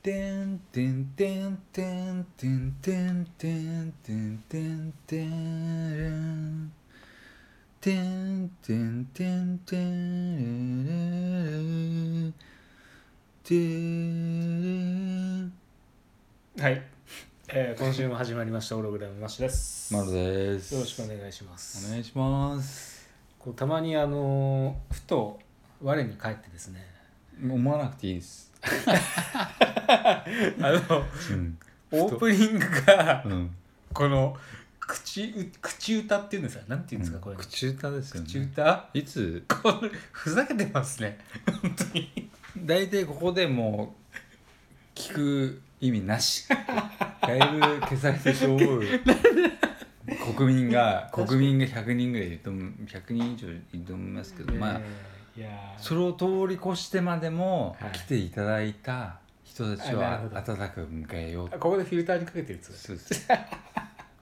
てんてんてんてんてんてんてんてんてんてんてんてんてんてんてんはい、えー今週も始まりましたオログラムなしですマロですよろしくお願いしますお願いしますこうたまにあのーふと我に返って ですね思わなくていいですあ のうんオープニングがうんこの口う口歌っていうんですかなんていうんですか、これ口歌ですよね口歌いつこれふざけてますね本当に大体ここでもう聞く意味な しだいぶ消されてしょう国民が確か国民が100人ぐらいいると思う100人以上いると思いますけど、まあえーいやーそれを通り越してまでもはい来ていただいた人たちあなはるほど温かく迎えようあここでフィルターにかけてるやつそう です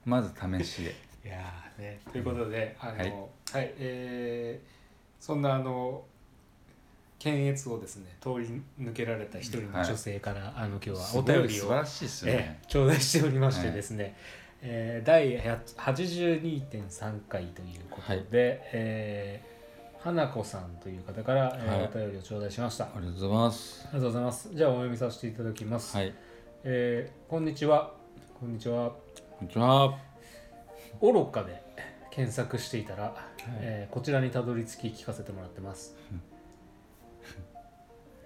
まず試しでいやーね、ということで、あの、ははいい、えーそんなあの。検閲をですね、通り抜けられた一人の女性から、あの、今日はお便りすをごい素晴。らしいですよえね、え頂戴しておりましはていですね、えー第82.3回ということで、えー花子さんという方から、えーはいお便りを頂戴しました、ありがとうございますありがとうございますじゃあお読みさせていただきます、はいえーこんにちはこんにちはこんにちは愚かで検索していたら、えーこちらにたどり着き聞かせてもらってます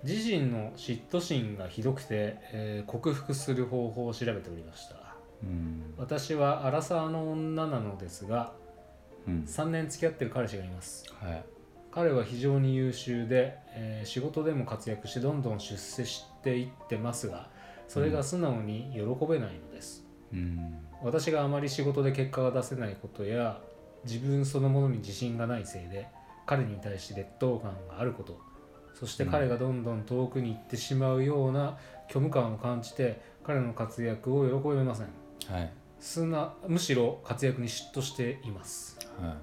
自身の嫉妬心がひどくて、えー克服する方法を調べておりましたうん私はアラサーの女なのですがうん3年付き合ってる彼氏がいますはい彼は非常に優秀で、えー仕事でも活躍してどんどん出世していってますがそれが素直に喜べないのです、うん私があまり仕事で結果が出せないことや自分そのものに自信がないせいで彼に対して劣等感があることそして彼がどんどん遠くに行ってしまうような虚無感を感じて彼の活躍を喜べませんはいすなむしろ活躍に嫉妬していますはい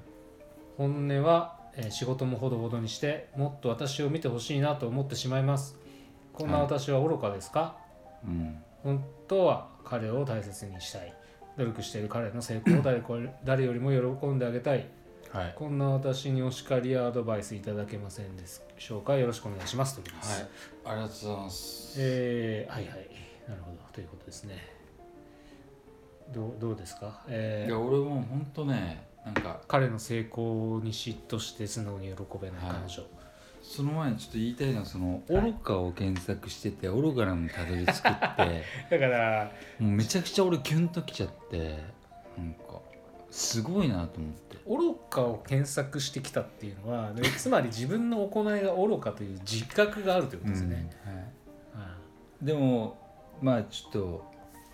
本音は、えー仕事もほどほどにしてもっと私を見てほしいなと思ってしまいますこんな私は愚かですか、うん本当は彼を大切にしたい努力している彼の成功を誰こ誰よりも喜んであげたいはいはいこんな私にお叱りやアドバイスいただけませんでしょうかよろしくお願いしますということです、ありがとうございますえーはいはいなるほどということですねどうどうですか、えいーや俺も本当ねなんか彼の成功に嫉妬して素直に喜べない彼はい女、その前にちょっと言いたいのはそのは愚いかを検索してて愚かなのにたどり着くってだからもうめちゃくちゃ俺キュンときちゃってなんかすごいなと思って愚かを検索してきたっていうのはでつまり自分の行いが愚かという自覚があるということですね、うんはいうんでもまあちょっと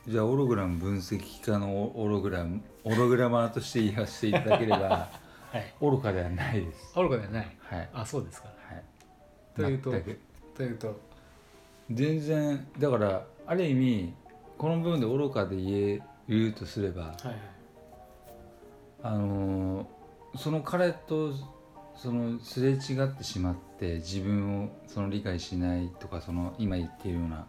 じゃあオログラム分析家のオログラムオログラマーとして言わせていただければ はい愚かではないです愚かではないはいあそうですかはいというと全くというと全然だからある意味この部分で愚かで言えるとすればはいはいあのーその彼とそのすれ違ってしまって自分をその理解しないとかその今言っているような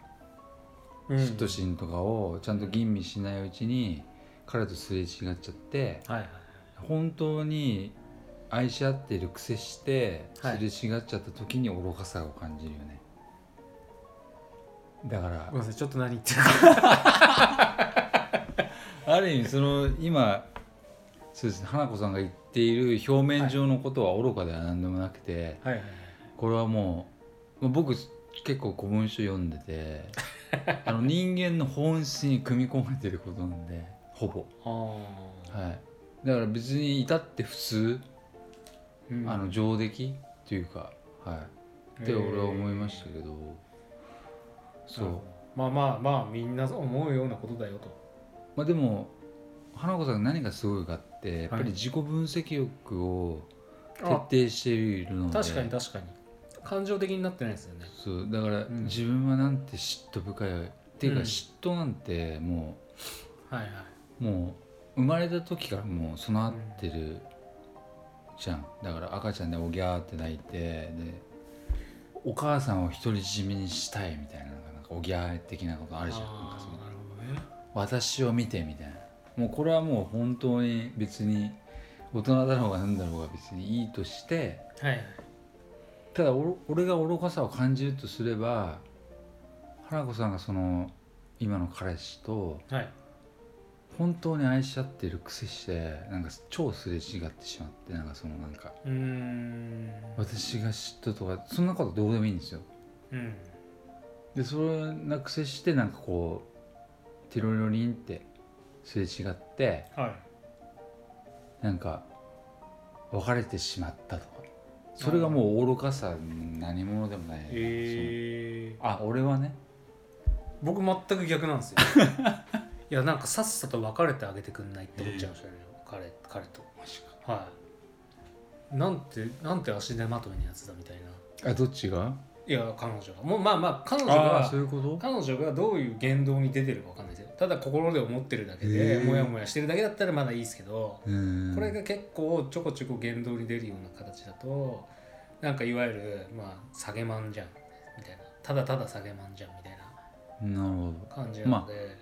うん嫉妬心とかをちゃんと吟味しないうちに彼とすれ違っちゃってはいはい本当に愛し合っている癖してはいすれ違っちゃった時に愚かさを感じるよね、だからごめんなさいちょっと何言ってるかある意味その今そうですね花子さんが言っている表面上のことは愚かでは何でもなくて、はいはいこれはもうまあ僕結構古文書読んでて あの人間の本質に組み込まれてることなんでほぼあはいだから別に至って普通、ーあの上出来っていうかはいうんって俺は思いましたけど、そうなるほどまあまあまあみんな思うようなことだよとまあでも花子さんが何がすごいかってやっぱりはい自己分析欲をあ徹底しているので確かに確かに感情的になってないですよねそうだからうん自分はなんて嫉妬深い、っていうかうん嫉妬なんてもう、はいはいもう生まれた時からもう備わってるじゃんだから赤ちゃんでおぎゃーって泣いてでお母さんを独り占めにしたいみたいなのがなんかかおぎゃー的なことあるじゃんなんかそのなるほどね私を見てみたいなもうこれはもう本当に別に大人だろうが何だろうが別にいいとしてはいただおろ俺が愚かさを感じるとすれば花子さんがその今の彼氏とはい本当に愛し合ってるくせしてなんか超すれ違ってしまってなんかそのなんかうーん私が嫉妬とかそんなことどうでもいいんですようんでそれなくせしてなんかこうテロロリンってすれ違ってはいなんか別れてしまったとかそれがもう愚かさ何者でもない、えー、そのあ俺はね僕全く逆なん ですよいやなんかさっさと別れてあげてくんないって思っちゃいましたね、彼彼とマジかはいなんてなんて足手まといのやつだみたいなあどっちがいや彼女がもうまあまあ彼女ああがそういうこと彼女がどういう言動に出てるかわかんないですよただ心で思ってるだけへでーモヤモヤしてるだけだったらまだいいですけどうーんこれが結構ちょこちょこ言動に出るような形だとなんかいわゆるまあ下げまんじゃんみたいなただただ下げまんじゃんみたいななるほ感じなので、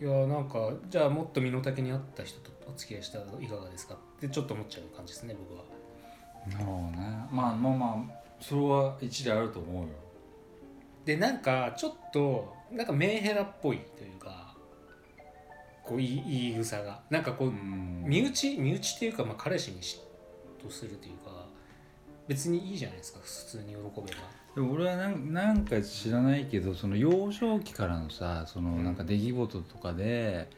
いやなんかじゃあもっと身の丈に合った人とお付き合いしたらいかがですかってちょっと思っちゃう感じですね僕はどなるほどねまあまあまあそれは一理あると思うよでなんかちょっとなんかメンヘラっぽいというかこういい言い草がなんかこう、ん身内身内っていうか、まあ、彼氏に嫉妬するというか別にいいじゃないですか普通に喜べばでも俺はなんなんか知らないけどその幼少期からのさそのうんなんか出来事とかで、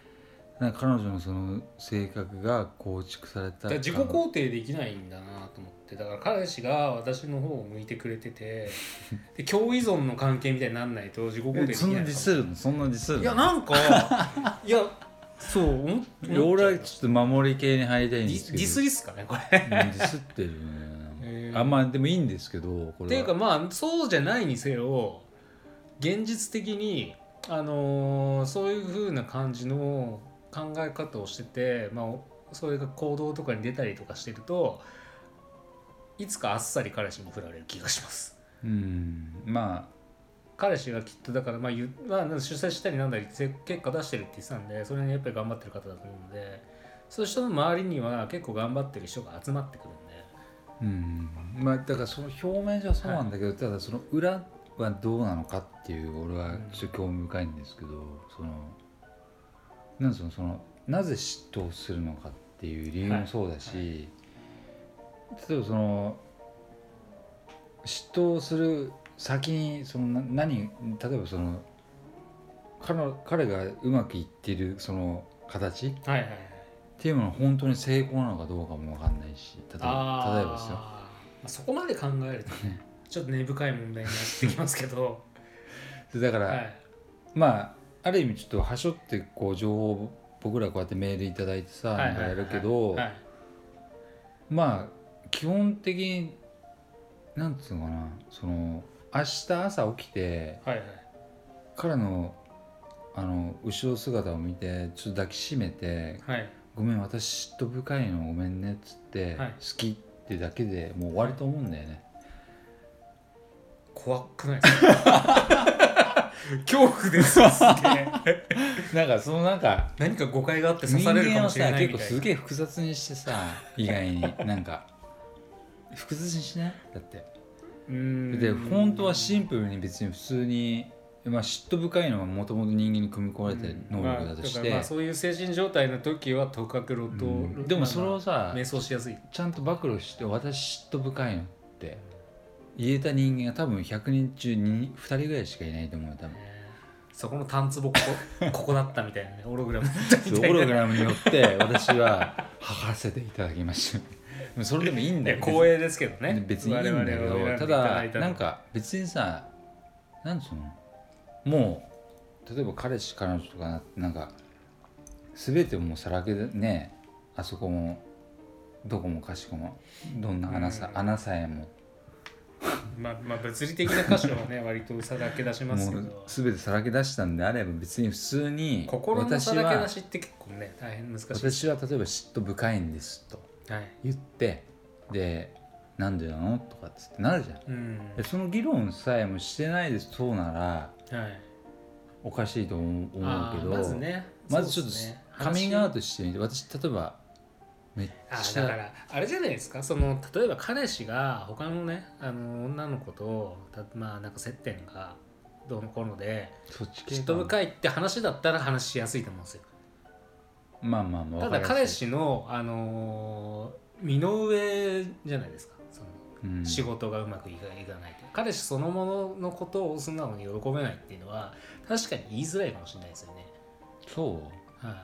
なんか彼女のその性格が構築されただから自己肯定できないんだなと思ってだから彼氏が私の方を向いてくれ ててで共依存の関係みたいになんないと自己肯定えできそんないなのディかスるのそんなディスるのもいやな んかいやそう思っいや俺思っはちゃうちょっと守り系に入りたいんデですィけどディスりっすかねこれうんディス ってるね、へーあまあでもいいんですけどこれはっていうかまあそうじゃないにせよ現実的に、あのーそういう風な感じの考え方をしてて、まあ、それが行動とかに出たりとかしてるといつかあっさり彼氏に振られる気がしますうんま彼氏がきっとだから、まあゆまあ、出世したりなんだりせ結果出してるって言ってたんでそれにやっぱり頑張ってる方だと思うのでそういう人の周りには結構頑張ってる人が集まってくるんであうんまあだからその表面上はそうなんだけど、ただその裏はどうなのかっていう俺はちょっと興味深いんですけど、そのなんそのそのなぜ嫉妬をするのかっていう理由もそうだし、はい例えばその嫉妬をする先にそのな何例えばその彼の彼がうまくいってるその形っはいはいはいていうのは本当に成功なのかどうかも分かんないし例えば例えばですよあーまあ、そこまで考えるとねちょっと根深い問題になってきます けどでだから、はいまあある意味ちょっとはしょってこう情報を僕らこうやってメールいただいてさ、はいはいはいやるけど、はいまあ基本的になんつうのかなその明日朝起きてはいはい彼のあの後ろ姿を見てちょっと抱きしめてはい「ごめん私嫉妬深いのごめんね」っつって「はい好き」ってだけでもう終わりと思うんだよね。怖くないですか 恐怖ですよすげえなんかそのなんか何か誤解があって刺人されるか間もをしれさない結構みたいすなげえ複雑にしてさ 意外になんか複雑にしないだってうーんで本当はシンプルに別に普通に、まあ、嫉妬深いのはもともと人間に組み込まれてる能力だとしまあ、だてからまあそういう精神状態の時はとかくロと、うんでもそれをはさ瞑想しやすいちゃんと暴露して私嫉妬深いのって言えた人間が多分100人中 2, 2人ぐらいしかいないと思うよ 多分そこのタンツボここ ここだったみたいなねオログラムだったそうオみたいロなグラムによって私は測らせていただきましたでもそれでもいいんだよね光栄ですけどね別にいいんだけ我々を選どたんでいだいだのなんか別にさなんつうのもう例えば彼氏彼女とかななんか全てもうさらけでねあそこもどこもかしこもどんな穴さうん穴さえもまあ、まあ物理的な箇所はね割とさらけ出しますけもうど全てさらけ出したんであれば別に普通に心のさらけ出私はしって結構ね大変難しいです私は例えば嫉妬深いんですとはい言ってでなんでなのとかっつってなるじゃんうんでその議論さえもしてないでそうならはいおかしいと思う思あうけーどまずねまずちょっとそうすねカミングアウトしてみて私例えばめっあーちだかゃらあれじゃないですかその例えば彼氏が他のねあの女の子とたまあなんか接点がどうのこうのでそっち系嫉妬か深いって話だったら話しやすいと思うんですよなまあまあまあたわかだりやすい彼氏のあのー身の上じゃないですかそのうん仕事がうまくいかいかないと彼氏そのもののことを素直に喜べないっていうのは確かに言いづらいかもしれないですよねそはい、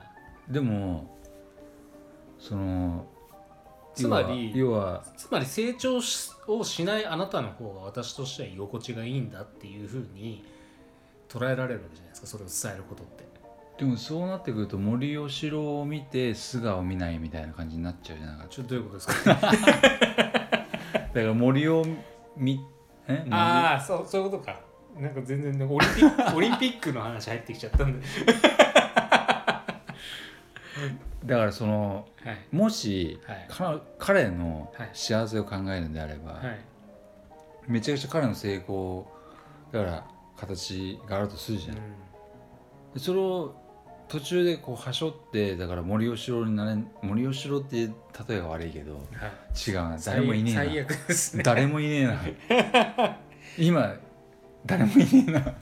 うでもそのつまり要はつまり成長しをしないあなたの方が私としては居心地がいいんだっていうふうに捉えられるわけじゃないですかそれを伝えることって要はでもそうなってくると森喜朗を見て素顔を見ないみたいな感じになっちゃうじゃないかちょっとどういうことですかだから森を見え森 ああそうそういうことかなんか全然ねオリンピックオリンピックの話入ってきちゃったんでだからそのはいもし、はいか彼のはい幸せを考えるのであれば、はいめちゃくちゃ彼の成功だから形があるとするじゃん、でそれを途中でこうはしょってだから森喜朗になれん森喜朗って例えが悪いけどうんはい違うな誰もいねえな最悪ですね誰もいねえな今誰もいねえな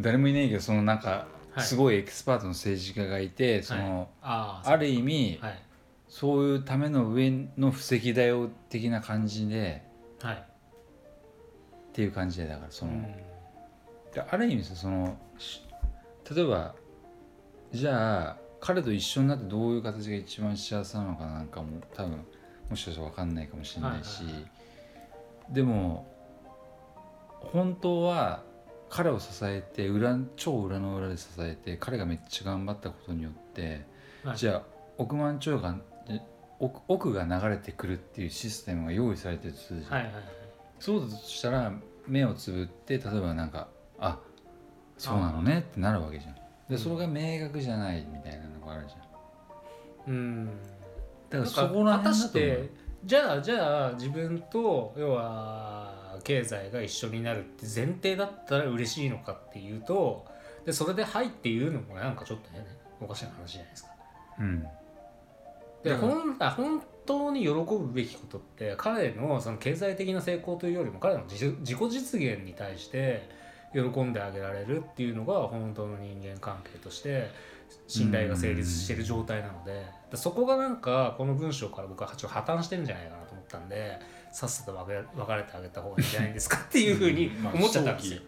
誰もいねえけどそのなんか、はいすごいエキスパートの政治家がいてその、ああある意味、はいそういうための上の布石だよ的な感じではいっていう感じでだからその、うんである意味さそのし例えばじゃあ彼と一緒になってどういう形が一番幸せなのかなんかも多分もしかしたら分かんないかもしれないし、はいはいはでも本当は彼を支えて裏超裏の裏で支えて彼がめっちゃ頑張ったことによって、はいじゃあ億万長がえ億億が流れてくるっていうシステムが用意されてるとするじゃんはいはいはいそうだとしたら目をつぶって例えばなんかあそうなのねってなるわけじゃんうでんそれが明確じゃないみたいなのがあるじゃんうんだからなんかそこら果た辺だしと思てうじゃあじゃあ自分と要は経済が一緒になるって前提だったら嬉しいのかっていうとでそれで「はい」っていうのもなんかちょっとねおかしな話じゃないですか。うんでだから本あ本当に喜ぶべきことって彼のその経済的な成功というよりも彼の自自己実現に対して喜んであげられるっていうのが本当の人間関係として信頼が成立している状態なのででそこがなんかこの文章から僕はちょっと破綻してるんじゃないかなと思ったんでさっさと別れ別れてあげた方がいいんじゃないですかっていうふうにまあ思っちゃったんですよ。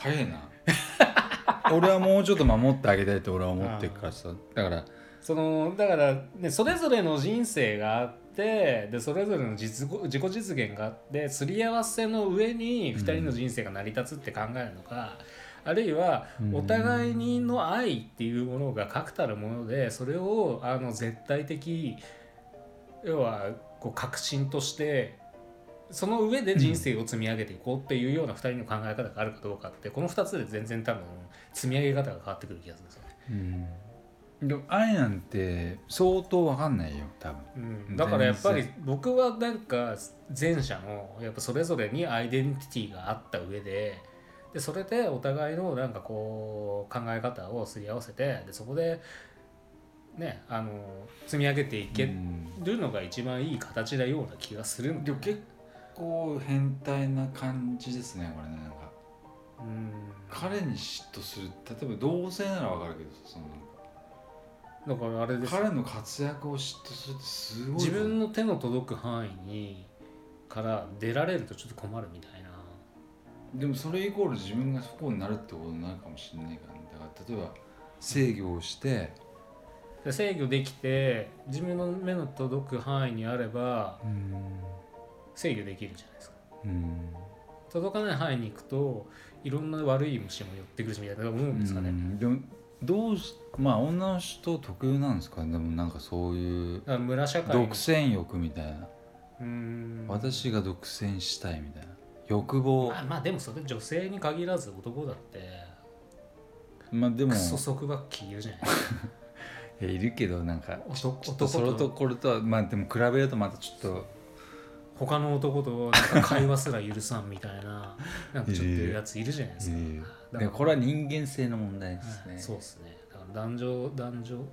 早いな 俺はもうちょっと守ってあげたいって俺は思ってるからさだからそのだから、ね、それぞれの人生があってでそれぞれの実ご自己実現があってすり合わせの上にうん2人の人生が成り立つって考えるのか、あるいはうんお互いにの愛っていうものが確たるものでそれをあの絶対的要はこう確信としてその上で人生を積み上げていこうっていうような2人の考え方があるかどうかってこの2つで全然多分積み上げ方が変わってくる気がするんですよね。うんでも愛なんて相当わかんないよ多分うんだからやっぱり全僕はなんか前者のやっぱそれぞれにアイデンティティがあった上ででそれでお互いのなんかこう考え方をすり合わせてでそこでねあの積み上げていけうんるのが一番いい形だような気がするのでも結構変態な感じですねこれねなんかうん彼に嫉妬する例えば同性ならわかるけどそのだからあれですよ彼の活躍を嫉妬するってすごい自分の手の届く範囲にから出られるとちょっと困るみたいなでもそれイコール自分が不幸になるってことになるかもしれないから、ね、だから例えば制御をして、で制御できて自分の目の届く範囲にあればうん制御できるじゃないですか届かない範囲に行くといろんな悪い虫も寄ってくるしみたいな思うんですかね、うんでもどうしまあ女の人特有なんですかねでもなんかそういうだから村社会の独占欲みたいな、うーん私が独占したいみたいな欲望まあまあでもそれ女性に限らず男だってまあでもクソ束縛期いるじゃないですかいやいるけどなんか男ちょっとそれとこれとはまあでも比べるとまたちょっと他の男となんか会話すら許さんみたいななんかちょっとやついるじゃないですか。いるいるだでからこれは人間性の問題ですね、はいそうですねだから男女男女ど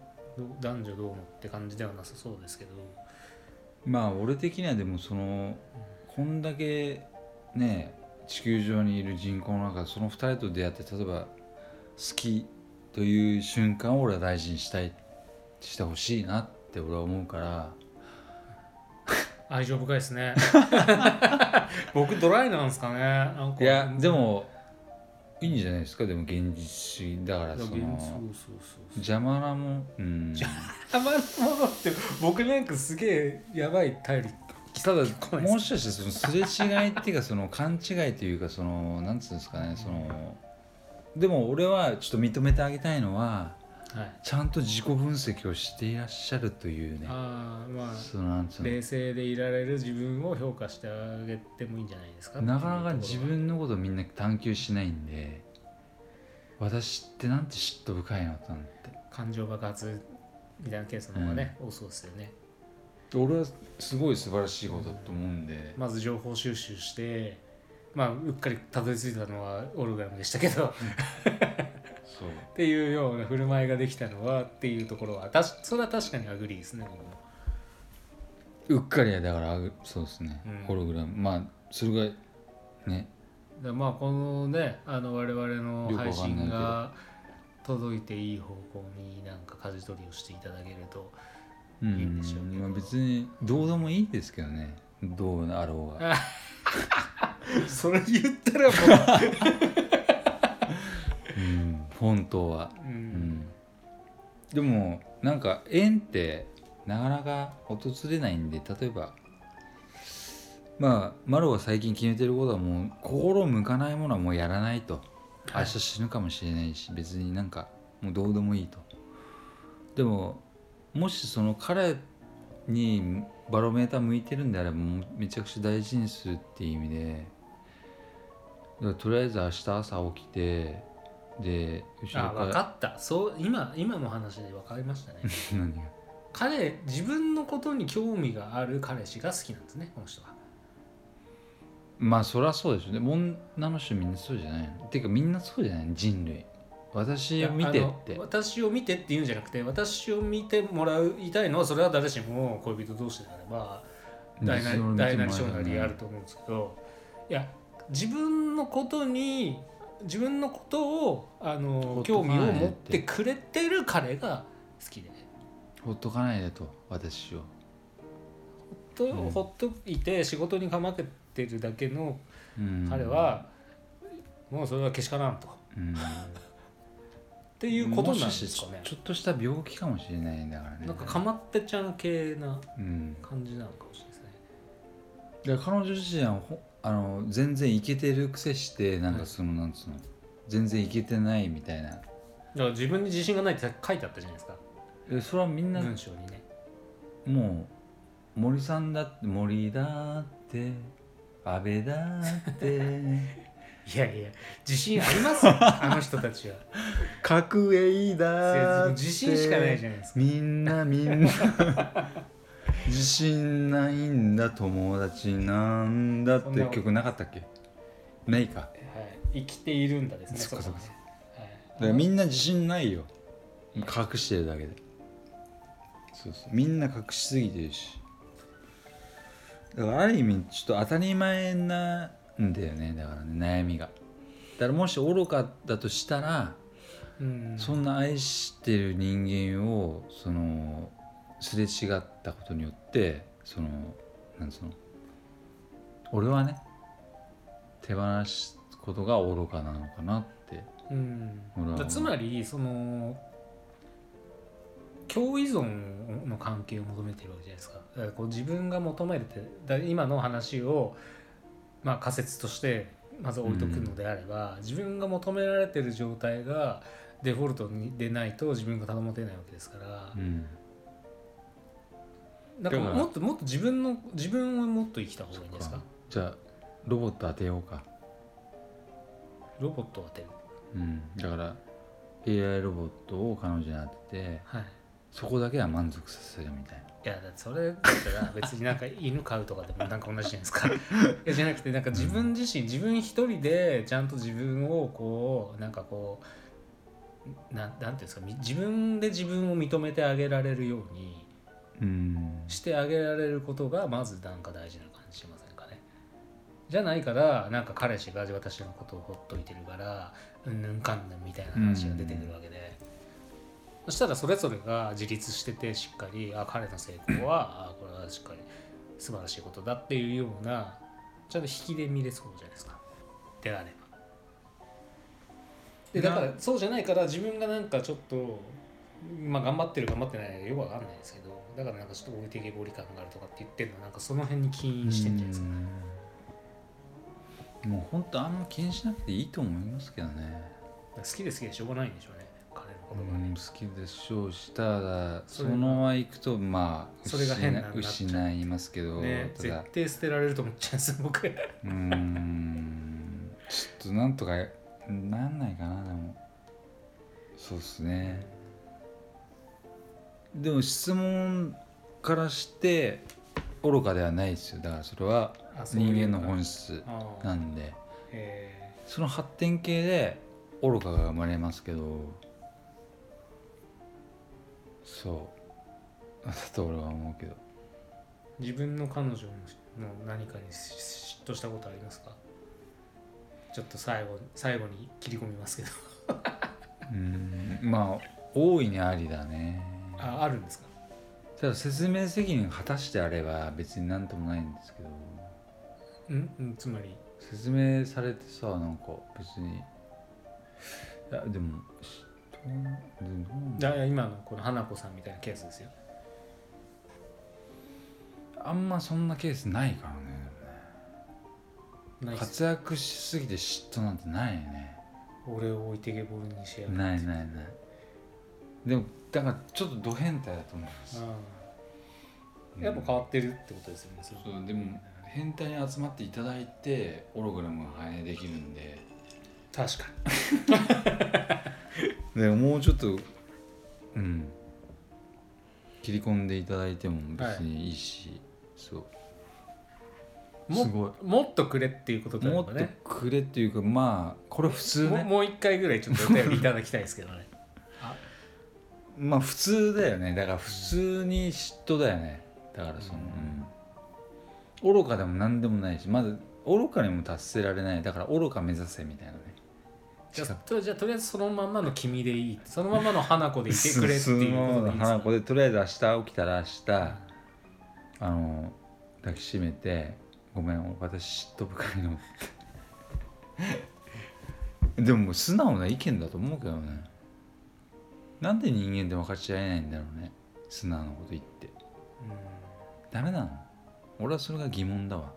男女どうのって感じではなさそうですけど、まあ俺的にはでもそのこんだけね地球上にいる人口の中でその2人と出会って例えば好きという瞬間を俺は大事にしたいしてほしいなって俺は思うから愛情深いです ね僕ドライなんですかねなんかいやでもいいんじゃないですかでも現実主義だかだらからそそうそうのそう邪魔なもんうんたまのものって僕なんかすげえやばい頼りただこないですもしかしてそのすれ違いっていうかその勘違いというかそのなんつうんですかねそのでも俺はちょっと認めてあげたいのははいちゃんと自己分析をしていらっしゃるというねああまあそのなんつう冷静でいられる自分を評価してあげてもいいんじゃないですかのなかなかってい自うところは分のことみんな探求しないんで私ってなんて嫉妬深いのなんて感情爆発みたいなケースの方がね、多そうですよね俺はすごい素晴らしいことだと思うんでまず情報収集してまあうっかりたどり着いたのはオルガムでしたけどっそうていうような振る舞いができたのはっていうところはたしそれは確かにアグリーですね僕もうっかりやだからあぐそうですね、うんホログラムまあそれがねだからまあこのねあの我々の配信よくわが届いていい方向になんか舵取りをしていただけるとういいんでしょうけんどまあ、別にどうでもいいですけどねどうあろうが それ言ったらもうん本当は、 う、ううんん、でもなんか縁ってなかなか訪れないんで例えばまあマロが最近決めてることはもう心向かないものはもうやらないと明日死ぬかもしれないし別になんかもうどうでもいいとでももしその彼にバロメーター向いてるんであればもうめちゃくちゃ大事にするっていう意味でだからとりあえず明日朝起きてで後あろ分かったそう今今の話で分かりましたね 何が彼自分のことに興味がある彼氏が好きなんですねこの人はまあそりゃそうでしょうね女の人みんなそうじゃないのてかみんなそうじゃない人類私を見てっいやあての私を見てって言うんじゃなくて私を見てもらいたいのはそれは誰しも恋人同士であれば大なり大なり小なりあると思うんですけどいや自分のことに自分のことをあのほっと興か味ないでをって持ってくれてる彼が好きでほっとかないでと私を、と、うんほっといて仕事にかまけてるだけのうん彼、は、もうそれはけしからんとっうん、ていうことなんもですかねしかしてちょちょっとした病気かもしれないんだからねなんかかまってちゃん系なうん、感じなのかもしれないですねだから彼女自身はほあの全然イケてる癖してなんはかいその、なんつうの全然イケてないみたいなだから自分に自信がないって書いてあったじゃないですかえそれはみんな、文章にねもう森さんだって森だって安倍だって いやいや自信あります よあの人たちは角栄だって自信しかないじゃないですかみんなみんな 自信ないんだ友達なんだっそんなて曲なかったっけないかはい、生きているんだですねそっかそこはっだはかいらみんな自信ないよ隠してるだけでそうそうみんな隠しすぎてるしだからある意味ちょっと当たり前なんだよねだからね悩みがだからもし愚かだとしたら、うんそんな愛してる人間をそのすれ違ったことによってそのなんつうの俺はね手放すことが愚かなのかなってうんほらだからつまりその共依存の関係を求めてるわけじゃないですかだからこう自分が求めるってだ今の話を、まあ、仮説としてまず置いとくのであれば、自分が求められてる状態がデフォルトにでないと自分が保てないわけですから、うんなだんかからもっともっと自分の自分をもっと生きた方がいいんですかそっじゃあロボット当てようか、ロボットを当てるうん、だから AI ロボットを彼女に当ててはいそこだけは満足させるみたいないやだってそれだったら別になんか犬飼うとかでもなんか同じじゃないですかいやじゃなくてなんか自分自身自分一人でちゃんと自分をこうなんかこうなんなんていうんですかみ自分で自分を認めてあげられるようにうんしてあげられることがまずなんか大事な感じしませんかねじゃないからなんか彼氏が私のことをほっといてるからうんぬんかんぬんみたいな話が出てくるわけで、そしたらそれぞれが自立しててしっかりあ彼の成功はあこれはしっかり素晴らしいことだっていうようなちゃんと引きで見れそうじゃないですかであればでだからそうじゃないから自分がなんかちょっとまあ頑張ってる頑張ってないよくわかんないですけどだからなんかちょっと置いてけぼり感があるとかって言ってるのなんかその辺に起因してんじゃないですか、うんもう本当あんま気にしなくていいと思いますけどね好きで好きでしょうがないんでしょうね彼のことがうんね、好きでしょうしたらそそれがのままいくとまあそれが変なのになっちゃう失失いますけど、ねただ絶対捨てられると思っちゃうんです僕うーんちょっとなんとかなんないかなでもそうっすねでも質問からして愚かではないですよだからそれは あそうい人う間の本質ああなんでえその発展系で愚かが生まれますけどそう だと俺は思うけどー自分の彼女の何かに嫉妬したことありますかちょっと最後最後に切り込みますけどうーんまあ大いにありだねああるんですかただ説明責任を果たしてあれば別になんともないんですけどうんうんつまり説明されてさなんか別にいやでもしどうなでどうなんだから今のこの花子さんみたいなケースですよあんまそんなケースないからねないっす活躍しすぎて嫉妬なんてないよね俺を置いてけぼりにしやがってないないないでもだからちょっとド変態だと思いますうんやっぱ変わってるってことですよねそれそうでも変態に集まっていただいてオログラムが反映できるんで確かでもうちょっとうん切り込んでいただいても別にいいし、そうにもすごいもっとくれっていうことであもれっばとねくれっていうかまあこれ普通もねもう一回ぐらいちょっとお便りいただきたいですけ どねまあ普通だよねだから普通に嫉妬だよねだからその、うん愚かでも何でもないしまず愚かにも達せられないだから愚か目指せみたいなねじゃあとじゃあとりあえずそのまんまの君でいいそのまんまの花子でいてくれっていうことでいいです花か子でとりあえず明日起きたら明日あの抱きしめて「ごめん私嫉妬深いの」ってでももう素直な意見だと思うけどねなんで人間って分かち合えないんだろうね素直なこと言ってダメなの俺はそれが疑問だわ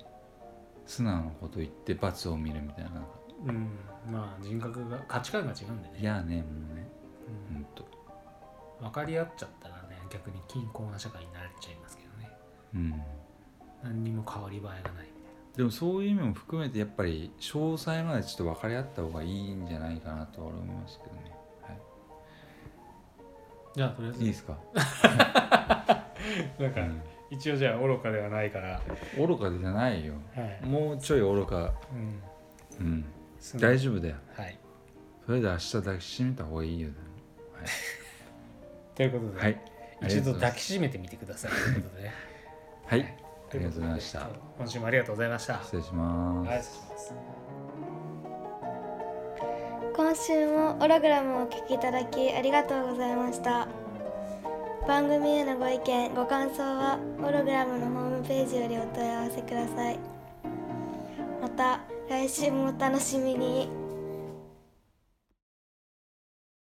素直なこと言って罰を見るみたいなうん、うんまあ人格が価値観が違うんでね嫌ねもうねうほんんと分かり合っちゃったらね逆に均衡な社会になれちゃいますけどねうん何にも変わり映えがないみたいなでもそういう意味も含めてやっぱり詳細までちょっと分かり合った方がいいんじゃないかなとは俺思いますけどね、はじゃあとりあい、えいいずですか、なんかうん一応じゃあ愚かではないから、愚かじゃないよはいもうちょい愚かうん、うんす大丈夫だよはいそれで明日抱きしめた方がいいよ、ね、ということで、はい一度抱ききしめてみてくださいということでねはいありがとうございましとたいうことで今週もありがとうございました失礼します、はい失礼します今週もオログラムをお聞きいただきありがとうございました番組へのご意見ご感想はオログラムのホームページよりお問い合わせくださいまた来週もお楽しみに